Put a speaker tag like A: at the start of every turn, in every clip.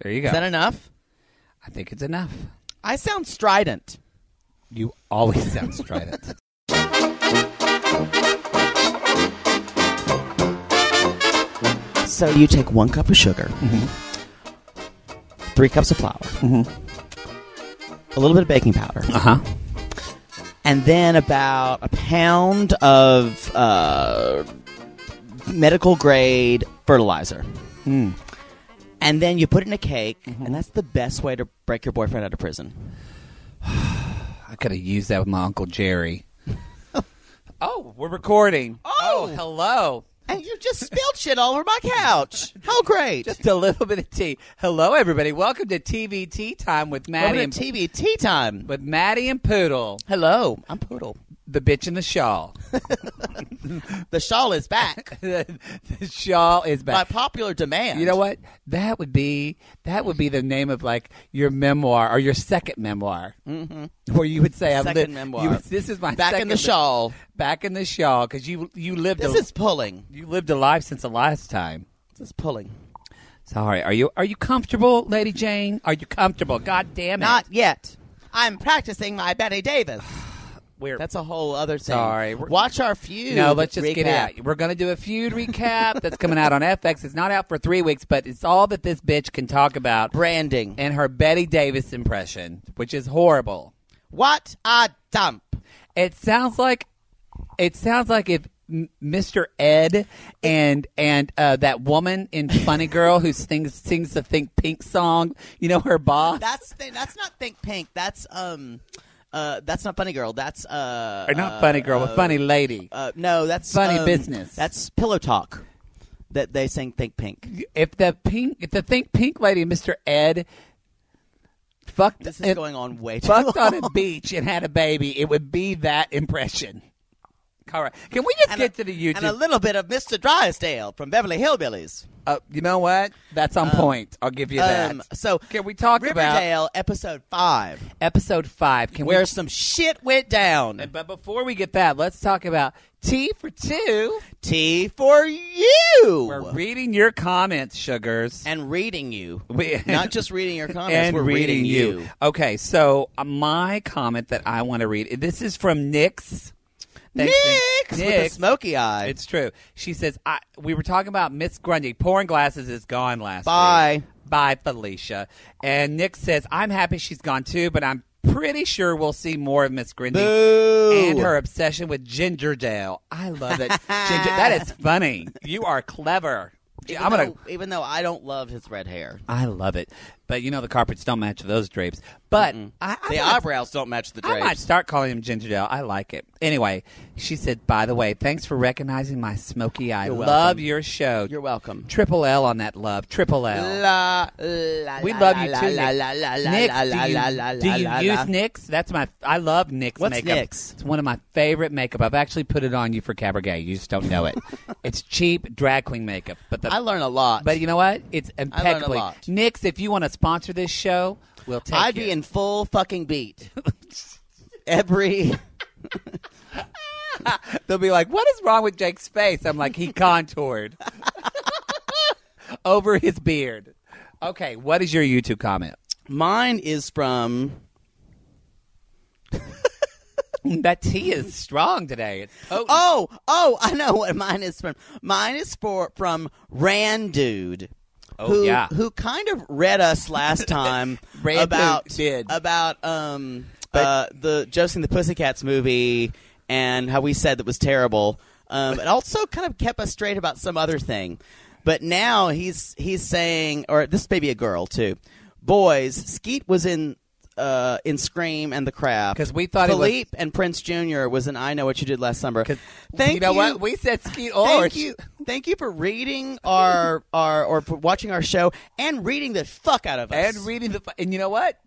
A: There you go.
B: Is that enough?
A: I think it's enough.
B: I sound strident.
A: You always sound strident.
B: So you take one cup of sugar, Mm-hmm. three cups of flour, Mm-hmm. a little bit of baking powder,
A: Uh huh.
B: and then about a pound of uh, medical grade fertilizer. Hmm. And then you put it in a cake, and that's the best way to break your boyfriend out of prison.
A: I could have used that with my uncle Jerry. oh, we're recording.
B: Oh.
A: hello.
B: And you just spilled shit all over my couch. How great!
A: Just a little bit of tea. Hello, everybody. Welcome to TVT time with Maddie
B: Welcome
A: and
B: to TV tea time.
A: with Maddie and Poodle,
B: Hello, I'm Poodle.
A: the bitch in the shawl.
B: The shawl is back
A: the shawl is
B: by
A: back.
B: popular demand.
A: You know what? That would be that would be the name of like your memoir or your second memoir, mm-hmm. where you would say, "I've
B: Second
A: lived-
B: memoir.
A: you would- this is my
B: Back in
A: second
B: the
A: li-
B: shawl.
A: Back in the shawl, because you you lived
B: This
A: a,
B: is pulling.
A: you lived a life since the last time.
B: This is pulling.
A: Sorry, are you are you comfortable, Lady Jane? Are you comfortable? God damn it!
B: Not yet. I'm practicing my Betty Davis.
A: We're,
B: That's a whole other thing.
A: Sorry, we're-
B: Watch our feud.
A: no, let's just get it
B: recap.
A: out. We're going to do a feud recap that's coming out on FX. It's not out for three weeks, but it's all that this bitch can talk about.
B: Branding.
A: And her Betty Davis impression, which is horrible.
B: what a dump.
A: It sounds like it sounds like if M- Mr. Ed and and uh, that woman in Funny Girl who sings sings the Think Pink song, you know her boss.
B: That's th- that's not Think Pink. That's um, uh, that's not Funny Girl. That's uh,
A: or not
B: uh,
A: Funny Girl, but Funny Lady.
B: Uh, no, that's
A: Funny
B: um,
A: Business.
B: That's Pillow Talk. That they sing Think Pink.
A: if the pink, if the Think Pink lady, and Mr. Ed, fucked
B: This is
A: and-
B: going on way too
A: fucked
B: long.
A: on a beach and had a baby, it would be that impression. All right, can we just
B: And
A: get
B: a-
A: to the YouTube?
B: and a little bit of Mr. Drysdale from Beverly Hillbillies.
A: Uh, you know what? That's on point. I'll give you that.
B: Um, so
A: can we talk about
B: Riverdale episode five,
A: episode five? Can
B: where
A: we?
B: some shit went down?
A: But before we get that, let's talk about T for two.
B: Tea for you
A: We're reading your comments, sugars.
B: and reading you,
A: We-
B: not just reading your comments.
A: and
B: we're reading, you.
A: Okay, so uh, my comment that I want to read. This is from Nix. Thanks,
B: Nix with a
A: Nix.
B: smoky eye.
A: It's true. She says, I, "We were talking about Miss Grundy. Pouring glasses is gone last
B: Bye.
A: week. Bye, Felicia." And Nick says, "I'm happy she's gone too, but I'm pretty sure we'll see more of Miss Grundy
B: Boo.
A: and her obsession with Gingerdale. I love it. Ginger, that is funny. You are clever.
B: Even
A: I'm gonna.
B: though- even though I don't love his red hair,
A: I love it, but you know the carpets don't match those drapes. But I, I
B: the
A: might-
B: eyebrows don't match the
A: I might
B: drapes.
A: start calling him Ginger Dale. I like it. Anyway, she said, by the way, thanks for recognizing my smoky eye.
B: You're welcome.
A: love your show.
B: You're welcome.
A: Triple L on that love. Triple L.
B: La, la,
A: We
B: la,
A: love
B: la,
A: you
B: la,
A: too,
B: la,
A: Nick.
B: la, la, la,
A: Nyx,
B: la, la,
A: do you,
B: la, la,
A: do you
B: la,
A: use
B: la.
A: Nyx? That's my. I love Nyx
B: What's
A: makeup.
B: Nyx?
A: It's one of my favorite makeup. I've actually put it on you for cabaret. You just don't know it. it's cheap drag queen makeup, but the
B: I learn a lot.
A: but you know what? It's
B: a
A: impeccably
B: lot.
A: Nyx. If you want to sponsor this show, we'll take
B: I'd
A: you.
B: be in full fucking beat every.
A: They'll be like, "What is wrong with Jake's face?" I'm like, "He contoured over his beard." Okay, what is your YouTube comment?
B: Mine is from
A: That tea is strong today. It's potent.
B: Oh, oh, I know what mine is from. Mine is for from Randude.
A: Oh,
B: who,
A: yeah.
B: who kind of read us last time
A: Randude
B: about
A: did.
B: about um uh, the Josie and the Pussycats movie and how we said that was terrible. Um, it also kind of kept us straight about some other thing, but now he's he's saying, or this may be a girl too. Boys, Skeet was in uh, in Scream and The Crab
A: 'Cause we thought he was-
B: Philippe and Prince Jr. was in I Know What You Did Last Summer. Thank
A: you know what we said. Skeet
B: Thank
A: Ulrich.
B: you, thank you for reading our our or for watching our show and reading the fuck out of us.
A: and reading the and you know what?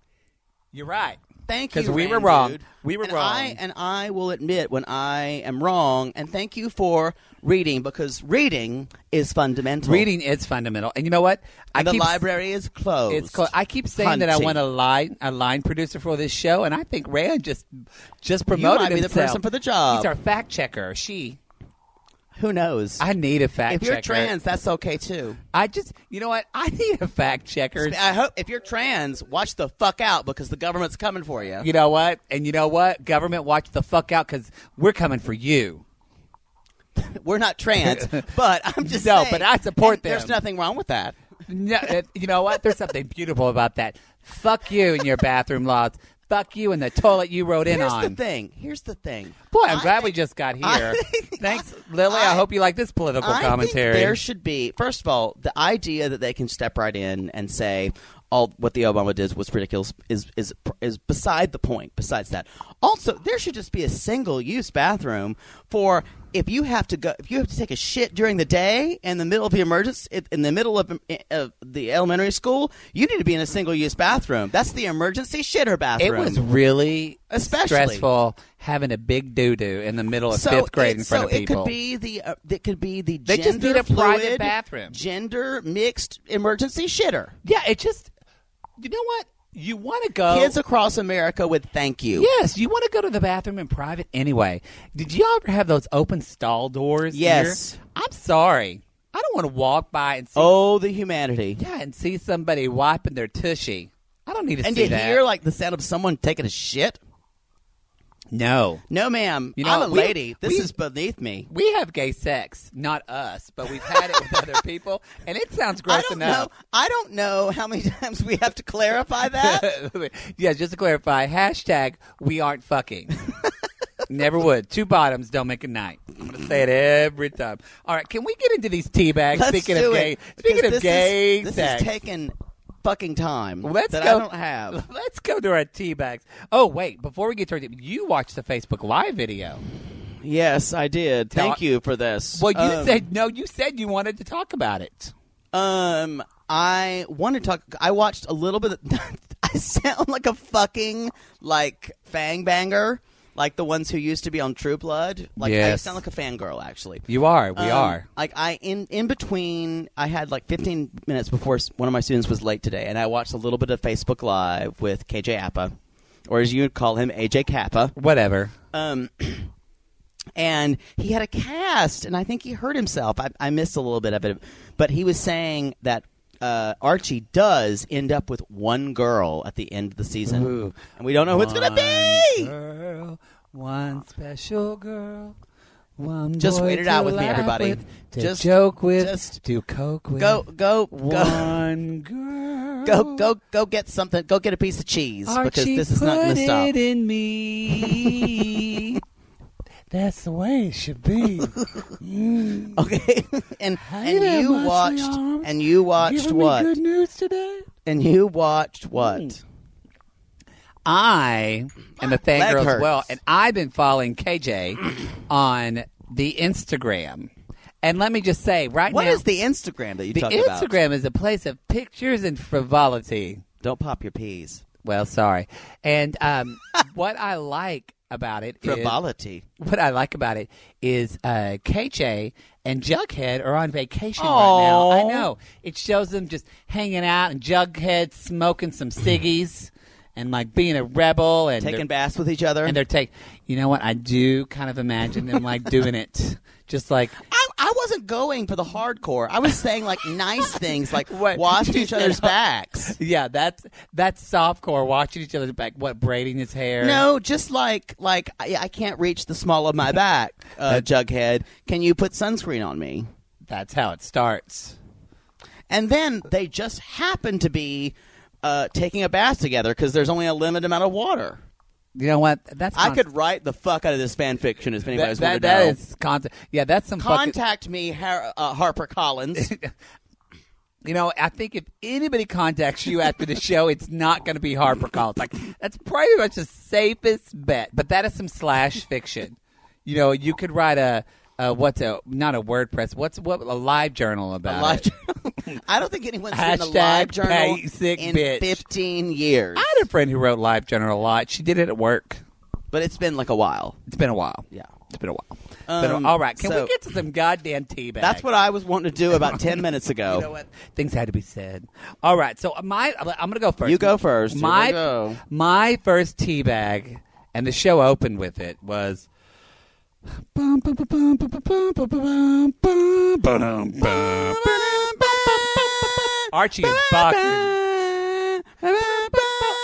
A: You're right.
B: thank you
A: 'cause we were
B: Rand,
A: wrong.
B: dude.
A: We were
B: and
A: wrong.
B: I, and I will admit when I am wrong. And thank you for reading because reading is fundamental.
A: Reading is fundamental, and you know what? I
B: And the
A: keep
B: library is closed.
A: It's called, I keep saying that I
B: Hunting.
A: want a line a line producer for this show, and I think Rand just just
B: You
A: promoted
B: might be the
A: himself.
B: person for the job.
A: He's our fact checker. She
B: Who knows?
A: I need a fact
B: if
A: checker.
B: you're trans, that's okay too.
A: I just, you know what? I need a fact checker.
B: I hope if you're trans, watch the fuck out because the government's coming for you.
A: You know what? And you know what? Government, watch the fuck out because we're coming for you.
B: We're not trans, but I'm just
A: No,
B: saying-
A: but I support
B: and There's
A: them.
B: nothing wrong with that.
A: No, uh, you know what? There's something beautiful about that. Fuck you and your bathroom laws. Fuck you and the toilet you rode in
B: Here's
A: on.
B: the thing. Here's the thing.
A: Boy, I'm
B: I
A: glad we
B: think-
A: just got here.
B: I
A: Thanks, Lily. I,
B: I-
A: hope you like this political
B: I
A: commentary.
B: Think there should be, first of all, the idea that they can step right in and say all what the Obama did was ridiculous is is is beside the point. Besides that, also there should just be a single use bathroom for if you have to go if you have to take a shit during the day in the middle of the emergency in the middle of, uh, of the elementary school, you need to be in a single use bathroom. That's the emergency shitter
A: it
B: bathroom.
A: was really
B: Especially.
A: stressful having a big doo doo in the middle of fifth grade
B: it-
A: in front
B: so
A: of people.
B: It could be the uh, it could be the
A: They just
B: gender
A: need a private
B: fluid,
A: bathroom.
B: gender mixed emergency shitter.
A: yeah, it just. You know what? You want to go.
B: Kids across America would thank you.
A: Yes, you want to go to the bathroom in private anyway. Did y'all ever have those open stall doors? here?
B: Yes.
A: I'm sorry. I don't want to walk by and see
B: Oh, the humanity!
A: yeah, and see somebody wiping their tushy. I don't need to
B: And
A: see
B: you
A: that.
B: hear like the sound of someone taking a shit?
A: no.
B: No, ma'am.
A: You know,
B: I'm a
A: we-
B: lady. This
A: we-
B: is beneath me.
A: We have gay sex, not us, but we've had it with other people, and it sounds
B: I
A: gross
B: don't know.
A: enough.
B: I don't know how many times we have to clarify that.
A: yeah, just to clarify, hashtag we aren't fucking. Never would. Two bottoms don't make a night. I'm gonna say it every time. All right, can we get into these tea bags?
B: Let's
A: speaking
B: do
A: of
B: it,
A: gay,
B: because
A: speaking
B: this
A: of gay
B: is, this
A: sex,
B: is taking fucking time
A: let's
B: that
A: go.
B: I don't have.
A: Let's go to our tea bags. Oh wait, before we get to our tea, you watched the Facebook Live video.
B: Yes, I did. Thank
A: I-
B: you for this.
A: Well, you
B: Um,
A: said no. You said you wanted to talk about it.
B: Um, I want to talk. I watched a little bit. Of, I sound like a fucking like fang banger, like the ones who used to be on True Blood. Like I
A: Yes.
B: sound like a fangirl, actually.
A: You are. We
B: Um,
A: are.
B: Like I in in between, I had like 15 minutes before s- one of my students was late today, and I watched a little bit of Facebook Live with KJ Appa, or as you would call him, AJ Kappa.
A: Whatever.
B: Um, and he had a cast, and I think he hurt himself. I, I missed a little bit of it, but he was saying that uh, Archie does end up with one girl at the end of the season,
A: Ooh.
B: and we don't know who it's going to be.
A: Girl, one special girl. One
B: Just
A: boy
B: wait it
A: to
B: out with me,
A: laugh
B: everybody.
A: with, to
B: Just-
A: joke with,
B: just
A: do coke with.
B: Go, go, go,
A: one girl.
B: go, go, go! Get something. Go get a piece of cheese because
A: Archie
B: this is not going
A: put
B: to stop.
A: it in me. That's the way it should be. Mm.
B: Okay, and
A: Hey there,
B: and you
A: Muscle
B: watched
A: Arms.
B: and you watched
A: Giving
B: what
A: Me good Mm. news today.
B: and you watched what?
A: I am a fan
B: Leg
A: girl as
B: hurts.
A: well, and I've been following KJ on the Instagram. And let me just say, right
B: What
A: now,
B: is the Instagram that you
A: the
B: talk about?
A: Instagram is a place of pictures and frivolity.
B: Don't pop your peas.
A: Well, sorry. And um, what I like about it is-
B: Frivolity.
A: what I like about it is uh, KJ and Jughead are on vacation right now.
B: Aw.
A: I know. It shows them just hanging out and Jughead smoking some ciggies and like being a rebel and
B: Taking
A: they're-
B: baths with each other.
A: and they're take you know what i do kind of imagine them like doing it just like
B: I, I wasn't going for the hardcore. I was saying like nice things, like
A: What?
B: wash
A: You
B: each other's
A: said-
B: backs.
A: yeah that's that's softcore watching each other's back what braiding his hair
B: No, just like like I, I can't reach the small of my back, uh, Jughead. Can you put sunscreen on me?
A: that's how it starts
B: And then they just happen to be uh, taking a bath together because there's only a limited amount of water.
A: you know what that's
B: I
A: con-
B: could write the fuck out of this fan fiction if
A: that,
B: anybody's
A: that,
B: wanted to
A: that
B: know.
A: is content yeah that's some fucking-
B: Contact me, Har- uh, Harper Collins.
A: you know i think if anybody contacts you after the show it's not going to be harper collins like that's pretty much the safest bet but that is some slash fiction you know you could write a uh, what's a not a WordPress? What's what a live journal about?
B: live
A: it.
B: journal. I don't think anyone's seen a
A: Hashtag
B: live journal
A: basic
B: in
A: bitch.
B: 15 years.
A: I had a friend who wrote Live Journal a lot. She did it at work.
B: But it's been like a while.
A: It's been a while.
B: Yeah.
A: It's been a while. It's been a-
B: Um,
A: all right. Can
B: so-
A: we get to some goddamn tea bags?
B: That's what I was wanting to do about 10 minutes ago.
A: You know what? Things had to be said. All right. So my, I'm gonna go first.
B: You go first. You
A: My
B: go.
A: my first tea bag, and the show opened with it was Bum, bum, bum, bum, bum, bum, bum, bum, bum, bum. Archie is boxing.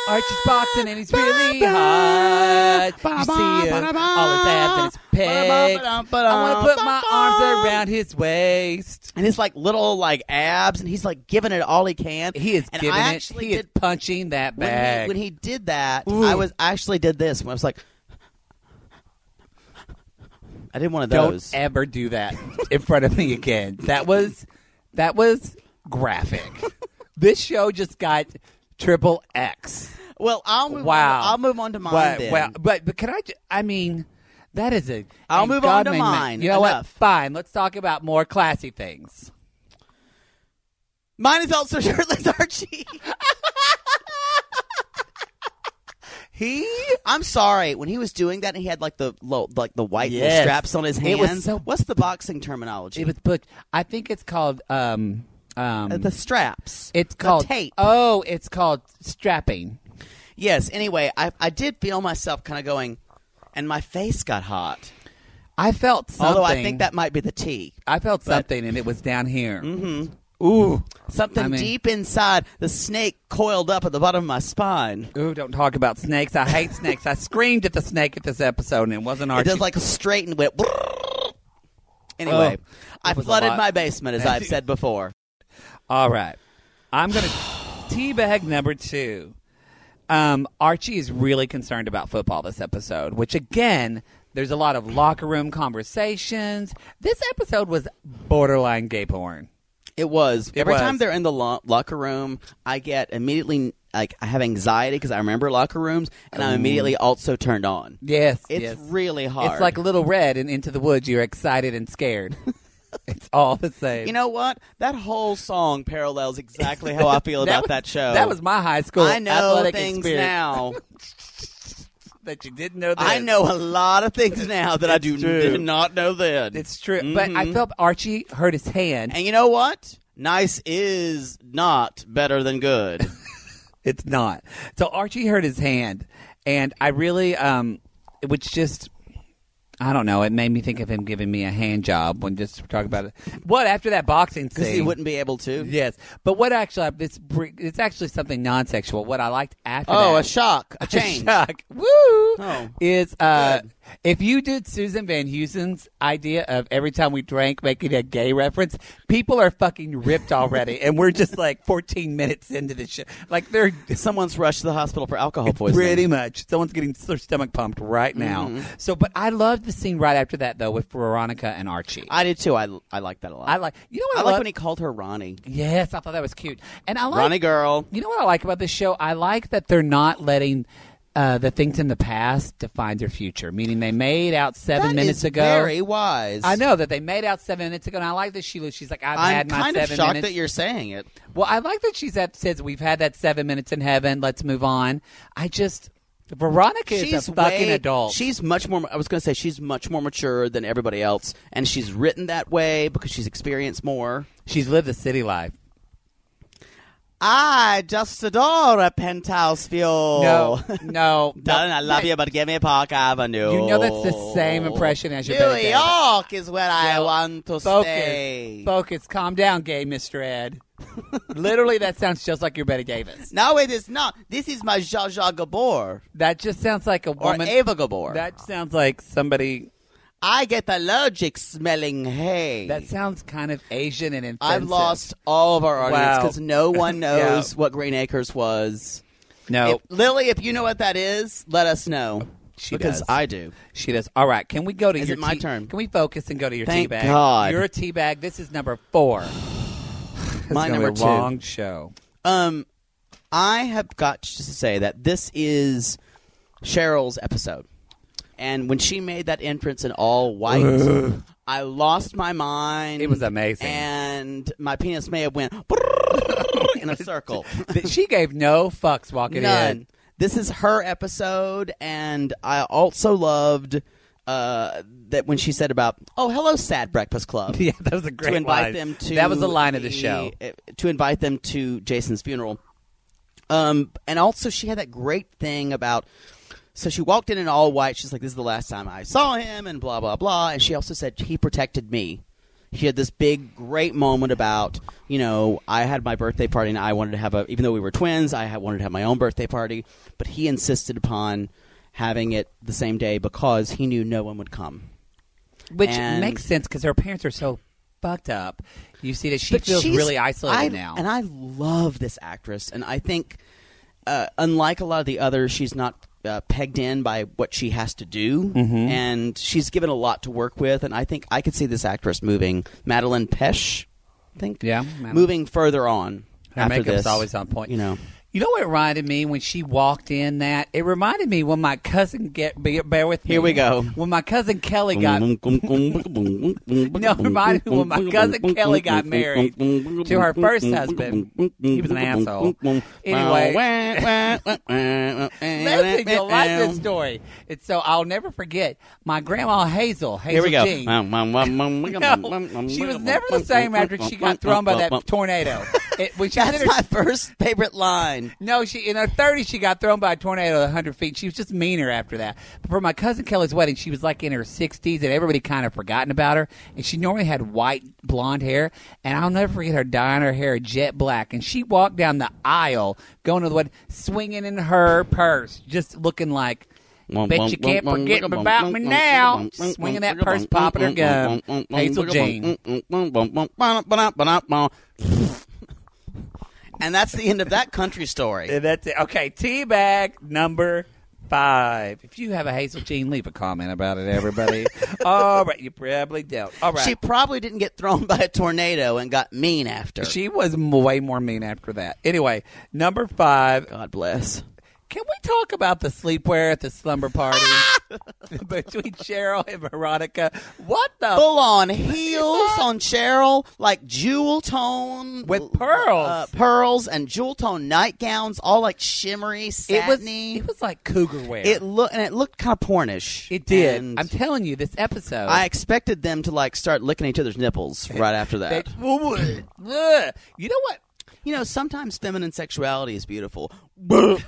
A: Archie's boxing and he's really hot. You see him, all his abs and his pecs. I want to put my arms around his waist.
B: and his like little like abs, and he's like giving it all he can.
A: He is
B: and
A: giving
B: I
A: it.
B: actually
A: He is
B: did
A: punching that
B: when
A: bag.
B: he, when he did that.
A: Ooh.
B: I was I actually did this. When I was like, I did one of
A: Don't e-
B: those.
A: ever do that in front of me again. That was that was graphic. this show just got triple X.
B: well, I'll move.
A: Wow.
B: On, I'll move on to mine.
A: Well,
B: then.
A: well, but but can I? ju- I mean, that is a.
B: I'll
A: and
B: move
A: God
B: on to
A: may ma-
B: mine.
A: You know what?
B: Enough.
A: Fine. Let's talk about more classy things.
B: mine is also shirtless Archie.
A: He.
B: I'm sorry. When he was doing that, and he had like the lo- like the white little
A: Yes.
B: straps on his
A: It was
B: hands.
A: so-
B: What's the boxing terminology?
A: It was put. I think it's called. Um. Um.
B: Uh, the straps.
A: it's
B: The
A: called
B: tape.
A: Oh, it's called strapping.
B: Yes. Anyway, I I did feel myself kind of going, and my face got hot.
A: I felt something.
B: Although I think that Mm. might be the T.
A: I felt something, and it was down here. Mm-hmm. Ooh.
B: Something
A: I mean-
B: deep inside the snake coiled up at the bottom of my spine.
A: Ooh, don't talk about snakes. I hate snakes. I screamed at the snake at this episode, and it wasn't
B: It
A: Archie.
B: does like a straight and went. Anyway,
A: Oh,
B: I
A: that was a
B: flooded
A: lot.
B: my basement as I've said before.
A: All right. I'm going to teabag number two. Um, Archie is really concerned about football this episode, which again, there's a lot of locker room conversations. This episode was borderline gay porn.
B: It was every
A: was.
B: time they're in the lo- locker room, I get immediately like I have anxiety because I remember locker rooms, and I'm immediately also turned on.
A: Yes,
B: It's
A: yes.
B: really hard.
A: It's like Little Red and Into the Woods. You're excited and scared. it's all the same.
B: you know what? That whole song parallels exactly how I feel about
A: was-
B: that show.
A: That was my high school.
B: I know
A: athletic
B: things
A: experience.
B: now.
A: that you didn't know. This.
B: I know a lot of things now that I do
A: true.
B: did not know then.
A: it's true, but
B: Mm-hmm.
A: I felt Archie hurt his hand.
B: and you know what? Nice is not better than good.
A: It's not. So Archie hurt his hand, and I really, um, which just, I don't know. It made me think of him giving me a hand job when just talking about it. What after that boxing
B: Because
A: scene?
B: he wouldn't be able to.
A: Yes, but what actually? It's it's actually something non-sexual. What I liked after
B: Oh,
A: that.
B: a shock, a change.
A: Shock. Woo!
B: Oh.
A: Is uh, if you did Susan Van Heusen's idea of every time we drank making a gay reference, people are fucking ripped already, and we're just like 14 minutes into the show. Like they're
B: Someone's rushed to the hospital for alcohol poisoning.
A: pretty much someone's getting their stomach pumped right now.
B: Mm-hmm.
A: So, but I loved the scene right after that though with Veronica and Archie. I,
B: I did too. I, I like that a lot.
A: like. You know
B: I
A: what I,
B: like
A: love?
B: when he called her Ronnie.
A: yes, I thought that was cute, and I like
B: Ronnie girl.
A: You know what I like about this show? I like that they're not letting uh, the things in the past define their future. Meaning they made out seven
B: That
A: minutes
B: is
A: ago.
B: Very wise.
A: I know that they made out seven minutes ago, and I like that she she's like, I've
B: I'm
A: had my
B: kind of
A: seven
B: shocked
A: minutes.
B: that you're saying it.
A: well, I like that she's at, says we've had that seven minutes in heaven. Let's move on. I just Veronica
B: she's
A: is a fucking
B: way-
A: adult.
B: She's much more. I was going to say she's much more mature than everybody else, and she's written that way because she's experienced more.
A: she's lived the city life.
B: I just adore a penthouse view.
A: No, no,
B: Darling, Oh. I love you, but give me Park Avenue.
A: You know that's the same impression as your
B: New
A: Benedict.
B: York is where I
A: No.
B: want to
A: Focus,
B: stay.
A: focus, calm down, gay Mister Ed. Literally, that sounds just like your Betty Davis.
B: No, it is not. This is my Zsa Zsa Gabor
A: That just sounds like a
B: or
A: woman.
B: Ava Gabor.
A: that sounds like somebody.
B: I get allergic smelling hay.
A: That sounds kind of Asian and offensive.
B: I've lost all of our audience
A: Wow.
B: because no one
A: Yeah.
B: knows what Green Acres was.
A: No,
B: If- Lily, if you know what that is, let us know.
A: She
B: because
A: does.
B: I do.
A: she does. All right, can we go to
B: Is
A: your
B: it my
A: tea-
B: turn?
A: Can we focus and go to your
B: Thank
A: tea bag?
B: God.
A: You're a tea bag. This is number four. This is
B: My
A: gonna be
B: number
A: a
B: two.
A: Long show.
B: Um, I have got to say that this is Cheryl's episode, and when she made that entrance in all white, I lost my mind.
A: It was amazing.
B: and my penis may have went in a circle.
A: Th- she gave no fucks walking
B: None.
A: in.
B: This is her episode, and I also loved uh, that when she said about, "Oh, hello, Sad Breakfast Club."
A: Yeah, that was a great
B: to invite
A: line.
B: them to
A: that was the line of the show.
B: uh, to invite them to Jason's funeral. Um, and also she had that great thing about So she walked in in all white. She's like, "This is the last time I saw him," and blah blah blah. And she also said he protected me. She had this big, great moment about, you know, I had my birthday party and I wanted to have a, even though we were twins, I had, wanted to have my own birthday party, but he insisted upon having it the same day because he knew no one would come.
A: Which
B: And-
A: makes sense because her parents are so fucked up. You see that she feels
B: she's-
A: really isolated
B: I-
A: now.
B: And I love this actress, and I think, uh, unlike a lot of the others, she's not uh, pegged in by what she has to do,
A: Mm-hmm.
B: and she's given a lot to work with. And I think I could see this actress moving, Madeline Pesh, I think,
A: Yeah, Madeline.
B: moving further on.
A: Her
B: after
A: makeup's
B: this,
A: always on point.
B: you know.
A: You know what it reminded me when she walked in that? It reminded me when my cousin get be, bear with me.
B: Here we go.
A: When my cousin Kelly got No, it reminded me when my cousin Kelly got married to her first husband. He was an asshole. Anyway. Listen, you'll like this story. It's so I'll never forget. My grandma Hazel,
B: Here
A: Hazel
B: we go.
A: Jean. No,
B: No,
A: she was never the same after she got thrown by that tornado. It, when she was
B: That's
A: in her-
B: my first favorite line.
A: no, she in her 30s she got thrown by a tornado at 100 feet. She was just meaner after that. But for my cousin Kelly's wedding, she was like in her 60s, and everybody kind of forgotten about her. And she normally had white blonde hair, and I'll never forget her dyeing her hair jet black. And she walked down the aisle, going to the wedding, swinging in her purse, just looking like. Bet you can't forget about me now. Swinging that purse, popping her gum. Hazel Jean.
B: And that's the end of that country story.
A: And that's it. Okay, teabag number five. If you have a Hazel Jean, leave a comment about it, everybody. All right, you probably don't. All right.
B: She probably didn't get thrown by a tornado and got mean after.
A: She was m- way more mean after that. Anyway, number five.
B: God bless.
A: Can we talk about the sleepwear at the slumber party between Cheryl and Veronica? What the?
B: Full on heels on Cheryl, like jewel tone
A: With pearls.
B: uh, pearls and jewel tone nightgowns, all like shimmery,
A: it was.
B: satiny.
A: It was like cougar wear.
B: It looked and it looked kind of pornish.
A: It did.
B: And
A: I'm telling you, this episode.
B: I expected them to like start licking each other's nipples right after that.
A: It- Ugh. you know what?
B: you know, sometimes feminine sexuality is beautiful. I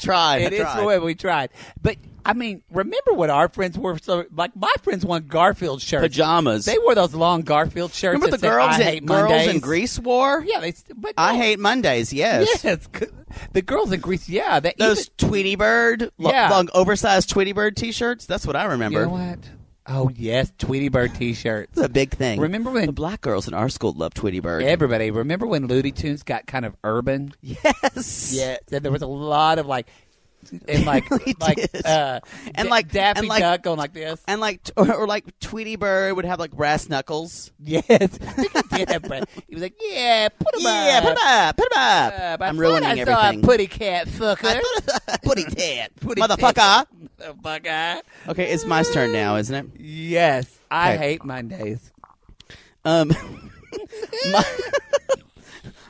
B: tried.
A: It
B: I
A: is
B: tried.
A: the way we tried. But I mean, remember what our friends were? So like my friends won Garfield shirts.
B: Pajamas.
A: They wore those long Garfield shirts.
B: Remember
A: that
B: the
A: said,
B: girls,
A: I
B: in,
A: hate
B: girls in
A: Mondays."
B: Greece wore?
A: Yeah, they. But
B: I
A: no.
B: hate Mondays. Yes.
A: Yes, c- the girls in Greece. Yeah, that
B: Those Tweety Bird, lo-
A: Yeah.
B: long oversized Tweety Bird T-shirts. That's what I
A: Even,
B: remember.
A: you know what? Oh yes, Tweety Bird T-shirts.
B: It's a big thing.
A: Remember when-
B: the black girls in our school loved Tweety Bird?
A: Everybody remember when Looney Tunes got kind of urban?
B: Yes.
A: and there was a lot of like, and like
B: really
A: like
B: did.
A: uh,
B: And
A: Da-
B: like-
A: Daffy
B: and like-
A: Duck going like this.
B: And like, t- or, or like Tweety Bird would have like brass knuckles.
A: Yes, I think he did have breath. He was like, "Yeah, put him up."
B: Yeah, put 'em up, put 'em up.
A: up. I
B: I'm
A: thought
B: ruining
A: I
B: everything.
A: Saw a putty cat fucker.
B: Putty tat.
A: Putty
B: Motherfucker.
A: cat. Motherfucker.
B: Okay, it's my turn now, isn't it?
A: Yes, I
B: Okay.
A: hate Mondays.
B: Um, my,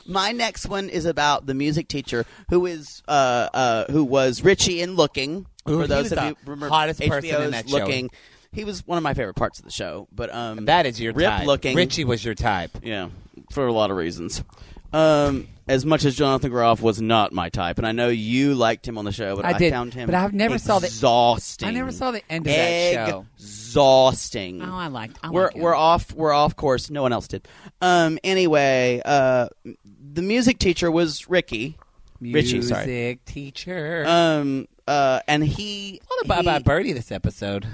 B: my next one is about the music teacher who is uh, uh, who was Richie in Looking.
A: Ooh,
B: for
A: he
B: those
A: was
B: of
A: the
B: you who remember
A: hottest person in
B: HBO's
A: that show.
B: Looking, he was one of my favorite parts of the show. But um,
A: That is your
B: rip
A: type.
B: Looking
A: Richie was your type.
B: Yeah, for a lot of reasons. Um, as much as Jonathan Groff was not my type, and I know you liked him on the show, but
A: I
B: I,
A: did,
B: found him.
A: but I've never saw the-
B: exhausting.
A: I never saw the end of that show.
B: Exhausting.
A: Oh, I liked. I
B: we're
A: like him.
B: we're off we're off course. No one else did. Um. Anyway, uh, the music teacher was Ricky. Richie,
A: music
B: sorry.
A: teacher.
B: Um. Uh. And he.
A: what about,
B: he-
A: about Birdie this episode?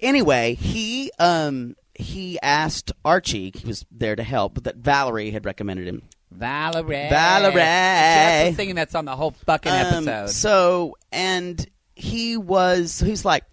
B: anyway, he um he asked Archie. He was there to help, that Valerie had recommended him.
A: Valerie.
B: Valerie.
A: Jess was singing that song the whole fucking
B: Um,
A: episode.
B: So, and he was, so he's like,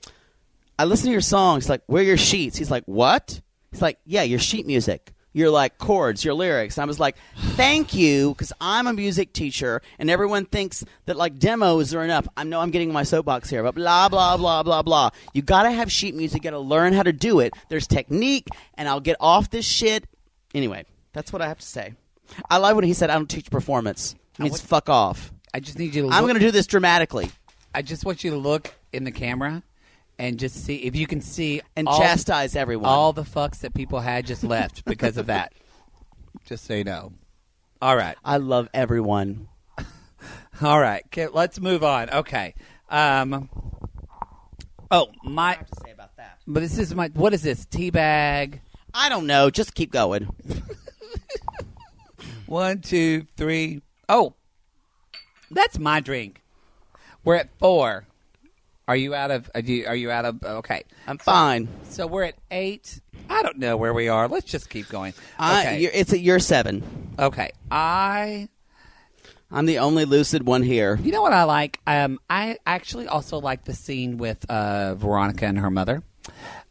B: I listen to your songs. Like, where are your sheets? He's like, what? He's like, yeah, your sheet music. Your like chords, your lyrics. And I was like, thank you, because I'm a music teacher, and everyone thinks that like demos are enough. I know I'm getting on my soapbox here, but blah blah blah blah blah. You gotta have sheet music. You gotta learn how to do it. There's technique, and I'll get off this shit. Anyway, that's what I have to say. I love when he said, "I don't teach performance." It means fuck off.
A: I just need you to. Look,
B: I'm going to do this dramatically
A: I just want you to look in the camera and just see if you can see
B: and
A: all,
B: chastise everyone.
A: all the fucks that people had just left because of that. Just so you know. All right.
B: I love everyone.
A: All right, okay, let's move on. Okay. Um, oh my,
B: have to say about that?
A: but this is my. What is this? Tea bag.
B: I don't know. Just keep going.
A: One, two, three. Oh, that's my drink. We're at four. Are you out of? Are you, are you out of? Okay.
B: I'm fine.
A: So we're at eight. I don't know where we are. Let's just keep going.
B: I,
A: Okay.
B: you're, it's a, you're seven.
A: okay. I.
B: I'm the only lucid one here.
A: You know what I like? Um, I actually also like the scene with uh, Veronica and her mother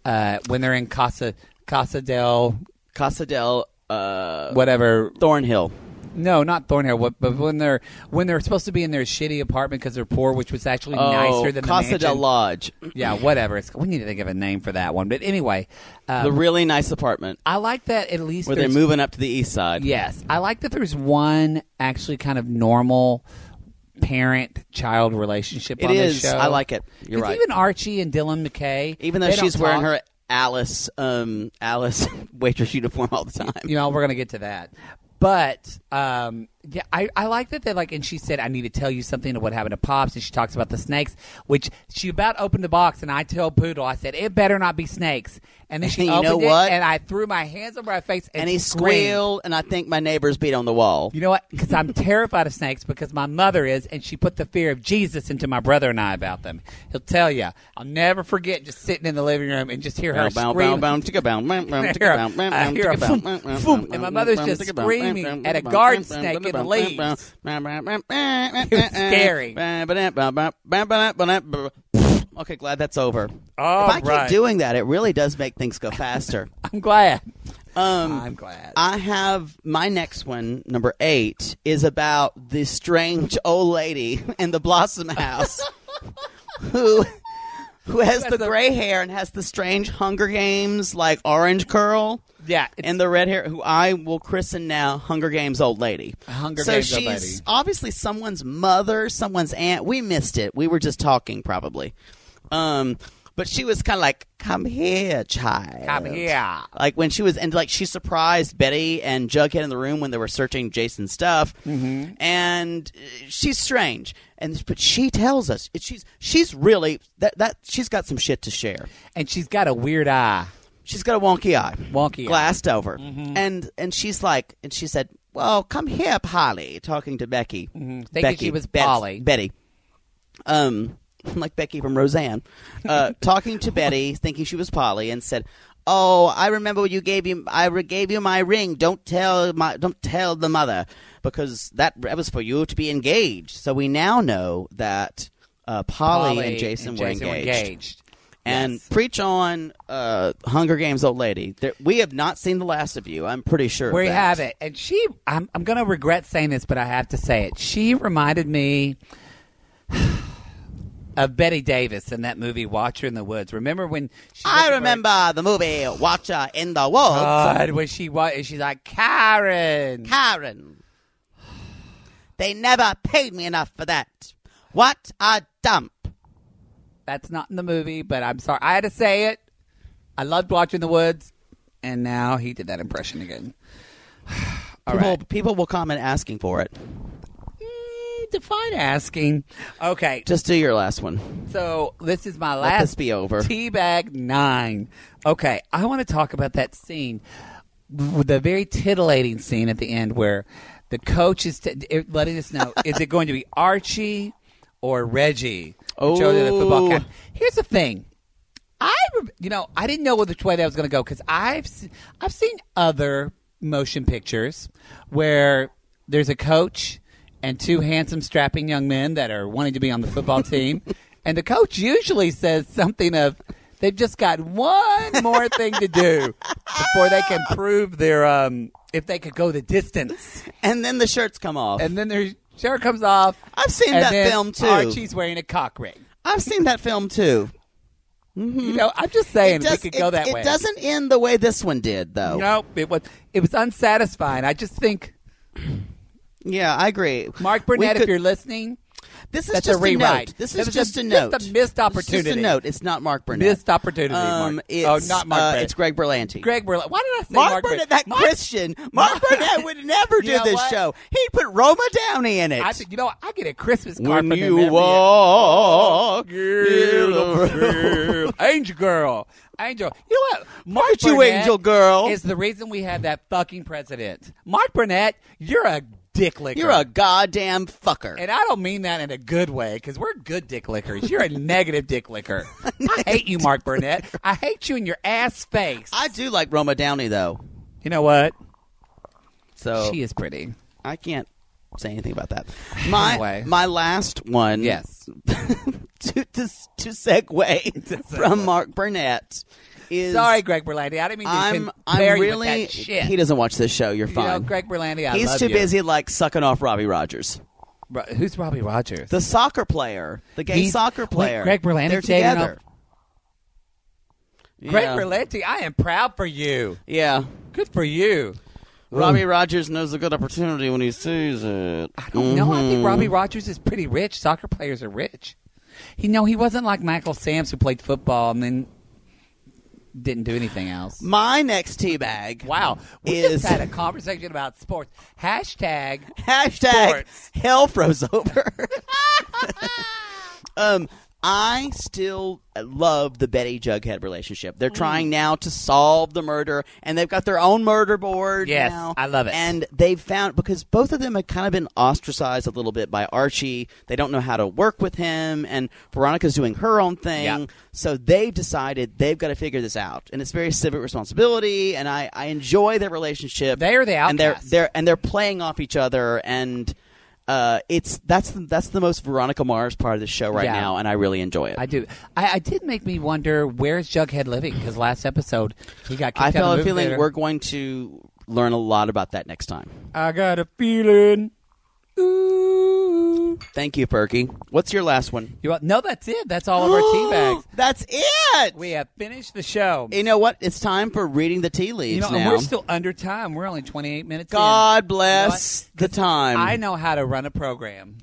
A: uh, when they're in Casa Casa del
B: Casa del uh,
A: whatever.
B: Thornhill.
A: No, not Thornhill. What, but when they're when they're supposed to be in their shitty apartment because they're poor, which was actually nicer than the
B: Oh, Casa del
A: mansion.
B: Lodge.
A: Yeah, whatever. It's, we need to think of a name for that one. But anyway, um,
B: The really nice apartment
A: I like that at least
B: where they're
A: there's-
B: moving up to the east side.
A: Yes, I like that there's one actually kind of normal parent child relationship
B: It
A: on
B: is.
A: this show.
B: I like it. You're
A: 'Cause
B: right.
A: Even Archie and Dylan McKay,
B: Even though
A: they don't
B: she's wearing
A: talk.
B: her Alice um, Alice waitress uniform all the time.
A: you know, we're gonna get to that. But um, yeah, I, I like that they like, and she said, "I need to tell you something of what happened to Pops," and she talks about the snakes, which she about opened the box, and I tell Poodle, I said, "It better not be snakes." And then she
B: You
A: opened
B: know
A: it,
B: what?
A: and I threw my hands over my face, and,
B: And he
A: screamed.
B: squealed, and I think my neighbors beat on the wall.
A: You know what? Because I'm terrified of snakes because my mother is, and she put the fear of Jesus into my brother and I about them. He'll tell you. I'll never forget just sitting in the living room and just hear her scream. I hear a- I hear a foom, foom, and my mother's just screaming at a guard snake in the leaves.
B: It
A: was scary.
B: Okay, glad that's over.
A: All
B: if I
A: right.
B: keep doing that, it really does make things go faster.
A: I'm glad.
B: Um,
A: I'm glad.
B: I have my next one, number eight, is about the strange old lady in the Blossom House who who has the
A: the-
B: gray hair and has the strange Hunger Games like orange curl.
A: yeah. it's-
B: And the red hair, who I will christen now Hunger Games Old Lady.
A: Hunger
B: so
A: Games
B: she's
A: Old Lady.
B: obviously someone's mother, someone's aunt. We missed it. We were just talking, probably. Um, but she was kind of like, "Come here, child.
A: Come here.
B: Like when she was, and like she surprised Betty and Jughead in the room when they were searching Jason's stuff. Mm-hmm. And uh, she's strange, and but she tells us she's she's really that that she's got some shit to share.
A: and she's got a weird eye.
B: She's got a wonky eye,
A: Wonky eye. Mm-hmm.
B: glassed over, and and she's like, and she said, "Well, come here, Polly," talking to Becky.
A: Thinking
B: Becky
A: Mm-hmm. she was
B: Bet-
A: Polly.
B: Betty. Um, like Becky from Roseanne, uh, talking to Betty, thinking she was Polly, and said, "Oh, I remember you gave you, I re- gave you my ring. Don't tell my, don't tell the mother, because that, that was for you to be engaged. So we now know that uh, Polly, and Jason, were, engaged. And
A: Yes.
B: preach on uh, Hunger Games, old lady. There, we have not seen the last of you. I'm pretty sure. of
A: We
B: that.
A: have it. And she, I'm, I'm going to regret saying this, but I have to say it. She reminded me of Betty Davis in that movie, Watcher in the Woods. Remember when she. looked at
B: I
A: her-
B: remember the movie Watcher in the Woods.
A: God, when she wa- she's like, Karen.
B: Karen. They never paid me enough for that. What a dump.
A: That's not in the movie, but I'm sorry. I had to say it. I loved Watching the Woods, and now he did that impression again. All
B: people,
A: right.
B: people will comment asking for it.
A: Mm, Define asking. Okay,
B: Just do your last one.
A: so this is my
B: Let this
A: last
B: be over.
A: Teabag nine. Okay, I want to talk about that scene, w- the very titillating scene at the end where the coach is t- it- letting us know is it going to be Archie or Reggie? who chose the football
B: Oh.
A: cap? Here's the thing. I, re- you know, I didn't know which way that was going to go because I've, se- I've seen other motion pictures where there's a coach and two handsome, strapping young men that are wanting to be on the football team, and the coach usually says something of, "They've just got one more thing to do before they can prove their um, if they could go the distance."
B: And then the shirts come off.
A: And then their shirt comes off.
B: I've seen
A: and
B: that
A: then
B: film too.
A: Archie's wearing a cock ring.
B: I've seen that film too.
A: You know, I'm just saying
B: does-
A: we could go
B: it-
A: that
B: it
A: way.
B: doesn't end the way this one did, though.
A: Nope, it was it was unsatisfying. I just think
B: Yeah, I agree.
A: Mark
B: We
A: Burnett,
B: could-
A: if you're listening,
B: This is
A: That's
B: just
A: a rewrite.
B: note. This
A: That
B: is
A: was
B: just a note.
A: Just a missed opportunity.
B: It's just a note. It's not Mark Burnett.
A: Missed opportunity.
B: Um,
A: Mark.
B: It's,
A: oh, not Mark.
B: uh,
A: Burnett.
B: it's Greg Berlanti.
A: Greg Berlanti. Why did I say
B: Mark,
A: Mark
B: Burnett, that
A: Mark-
B: Christian. Mark Burnett would never do
A: You know
B: this
A: what?
B: show. He'd put Roma Downey in it.
A: I think you know what? I get a Christmas card
B: when
A: from
B: you
A: them every
B: walk,
A: year.
B: you
A: Angel girl, angel. You know what? Mark
B: you,
A: Burnett
B: angel girl.
A: is the reason we had that fucking president. Mark Burnett, you're a dick licker.
B: you're a goddamn fucker.
A: and I don't mean that in a good way because we're good dick lickers. You're a negative dick licker. I hate you, Mark Burnett. I hate you in your ass face.
B: I do like Roma Downey though,
A: you know what?
B: so
A: She is pretty.
B: I can't say anything about that. My
A: Anyway.
B: my last one.
A: Yes.
B: to to, to segue from Mark Burnett is
A: Sorry, Greg Berlanti. I didn't mean to
B: I'm
A: compare
B: I'm
A: you with
B: really
A: that shit.
B: he doesn't watch this show. You're
A: You know,
B: fine.
A: Greg Berlanti. I
B: He's
A: love
B: too
A: you.
B: busy like sucking off Robbie Rogers,
A: Ro- Who's Robbie Rogers?
B: the soccer player, the gay
A: He's-
B: soccer
A: wait,
B: player.
A: Greg Berlanti
B: They're
A: dating
B: together.
A: Greg
B: yeah.
A: Berlanti, I am proud for you.
B: Yeah.
A: Good for you.
B: Robbie Rogers knows a good opportunity when he sees it.
A: I don't know. I
B: Mm-hmm.
A: think Robbie Rogers is pretty rich. Soccer players are rich. You know, he wasn't like Michael Samms who played football and then didn't do anything else.
B: My next teabag.
A: Wow. We
B: Is-
A: just had a conversation about sports. Hashtag
B: Hashtag
A: Sports.
B: hell froze over. um, I still love the Betty Jughead relationship.
A: Mm.
B: They're trying now to solve the murder, and they've got their own murder board.
A: Yes,
B: now.
A: I love it.
B: And they've found because both of them have kind of been ostracized a little bit by Archie. They don't know how to work with him, and Veronica's doing her own thing.
A: Yeah.
B: So they decided they've got to figure this out, and it's very civic responsibility. And I, I enjoy their relationship.
A: They are the
B: and they're
A: outcasts.
B: they're and they're playing off each other and uh, it's that's the, that's the most Veronica Mars part of the show right
A: Yeah.
B: now, and I really enjoy it.
A: I do. I, I did make me wonder where's Jughead living because last episode he got kicked
B: I
A: out
B: felt
A: of
B: a
A: the movie
B: feeling
A: theater.
B: we're going to learn a lot about that next time.
A: I got a feeling. Ooh.
B: Thank you, Perky. What's your last one?
A: You want, no, that's it. That's all of our tea bags.
B: That's it.
A: We have finished the show.
B: you know what? It's time for reading the tea leaves
A: you know, and
B: now.
A: we're still under time. We're only 28 minutes
B: God
A: bless
B: bless the time.
A: in. I know how to run a program.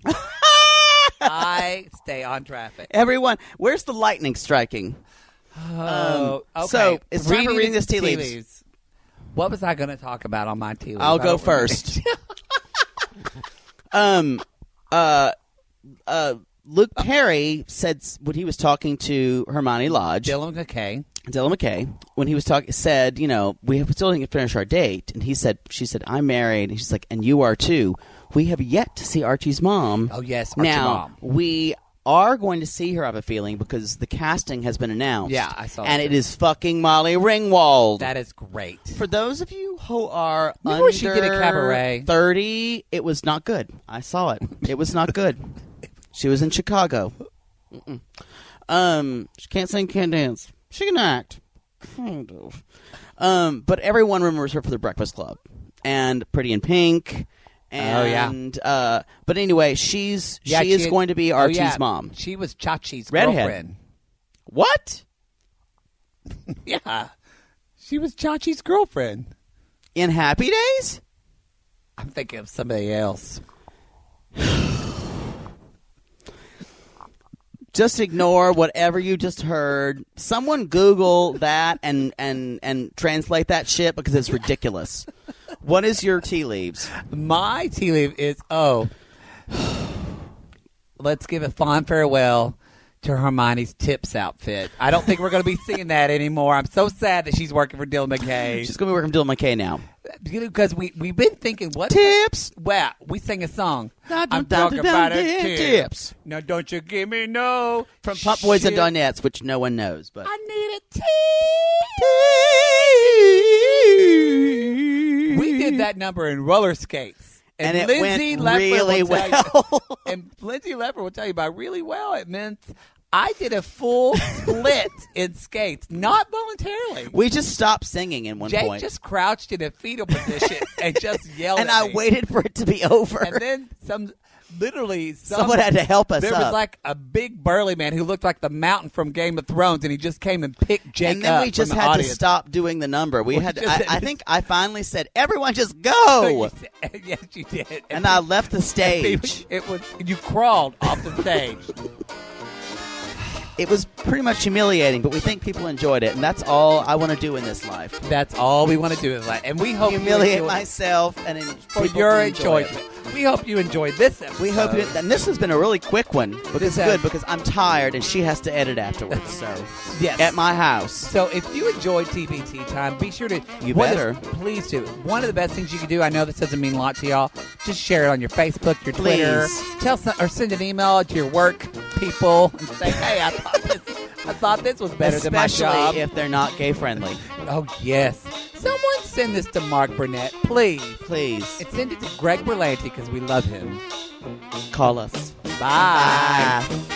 A: I stay on traffic.
B: Everyone, where's the lightning striking?
A: Oh, okay.
B: so, it's time for reading this tea leaves.
A: What was I going to talk about on my tea leaves?
B: I'll
A: I
B: go
A: don't remember.
B: first. um, uh, uh, Luke
A: Oh.
B: Perry said s- when he was talking to Hermione Lodge,
A: Dylan McKay.
B: Dylan McKay, when he was talking, said, you know, we have still didn't finish our date, and he said, she said, I'm married, and she's like, and you are too. We have yet to see Archie's mom.
A: Oh, yes, Archie
B: now
A: mom.
B: we are going to see her. I have a feeling because the casting has been announced.
A: Yeah, I saw
B: and
A: that.
B: it is fucking Molly Ringwald
A: That is great.
B: for those of you who are
A: Maybe
B: under
A: we should get a cabaret.
B: 30, it was not good. I saw it. It was not good. she was in Chicago. Mm-mm. Um, she can't sing, can't dance. She can act. Kind of. Um, but everyone remembers her for The Breakfast Club and Pretty in Pink.
A: Oh, yeah.
B: And, uh, but anyway, she's
A: Yeah,
B: she, is going to be
A: oh,
B: Archie's
A: yeah.
B: mom.
A: She was Chachi's
B: Redhead.
A: girlfriend.
B: What?
A: Yeah. She was Chachi's girlfriend.
B: In Happy Days?
A: I'm thinking of somebody else.
B: just ignore whatever you just heard. Someone Google that and and and translate that shit because it's ridiculous. what is your tea leaves?
A: My tea leaf is oh, let's give a fond farewell to Hermione's tips outfit. I don't think we're going to be seeing that anymore. I'm so sad that she's working for Dylan
B: She's
A: McKay
B: gonna be working with Dylan McKay now.
A: because we we've been thinking what
B: Tips.
A: Wow, we sang a song.
B: Da- da-
A: I'm
B: da-
A: talking
B: da-
A: about her
B: da-
A: tips.
B: tips.
A: Now don't you give me no
B: From Pop Boys and
A: shit.
B: Donettes, which no one knows, but
A: I need a tea. We did that number in roller skates.
B: and it
A: Lindsay
B: went
A: Leffer
B: really
A: will tell you-
B: well.
A: and Lindsay Leffer will tell you about really well. It meant I did a full split in skates, not voluntarily.
B: We just stopped singing at one
A: Jake
B: point.
A: just crouched in a fetal position and just yelled.
B: and
A: at
B: I
A: me.
B: waited for it to be over.
A: and then some. Literally, some,
B: Someone had to help us
A: There
B: up.
A: was like a big burly man who looked like the mountain from Game of Thrones, and he just came and picked Jake
B: and then
A: up
B: we just
A: from the
B: had
A: audience.
B: to stop doing the number. We,
A: We
B: had. To,
A: just
B: I,
A: had
B: I
A: to-
B: think I finally said, "Everyone, just go!"
A: yes, you did.
B: and I left the
A: It
B: stage.
A: was- It was you crawled off the stage.
B: It was pretty much humiliating, but we think people enjoyed it, and that's all I want to do in this life:
A: That's all we want to do is like, and we hope you
B: humiliate
A: enjoy-
B: myself and en-
A: for
B: people
A: your
B: to enjoy it.
A: enjoyment. We hope you enjoyed this episode.
B: We hope you. And this has been a really quick one, but
A: This
B: it's
A: has-
B: good because I'm tired and she has to edit afterwards. So
A: Yes.
B: at my house,
A: So if you enjoyed TBT time, be sure to
B: You
A: one of
B: better.
A: the- please do. One of the best things you can do. I know this doesn't mean a lot to y'all. Just share it on your Facebook, your Twitter,
B: Please.
A: tell some, or send an email to your work people and say, "Hey, I thought this, I thought this was better than my job."
B: especially if they're not gay friendly.
A: oh yes, someone send this to Mark Burnett, please.
B: Please
A: And send it to Greg Berlanti because we love him.
B: call us.
A: Bye.
B: Bye.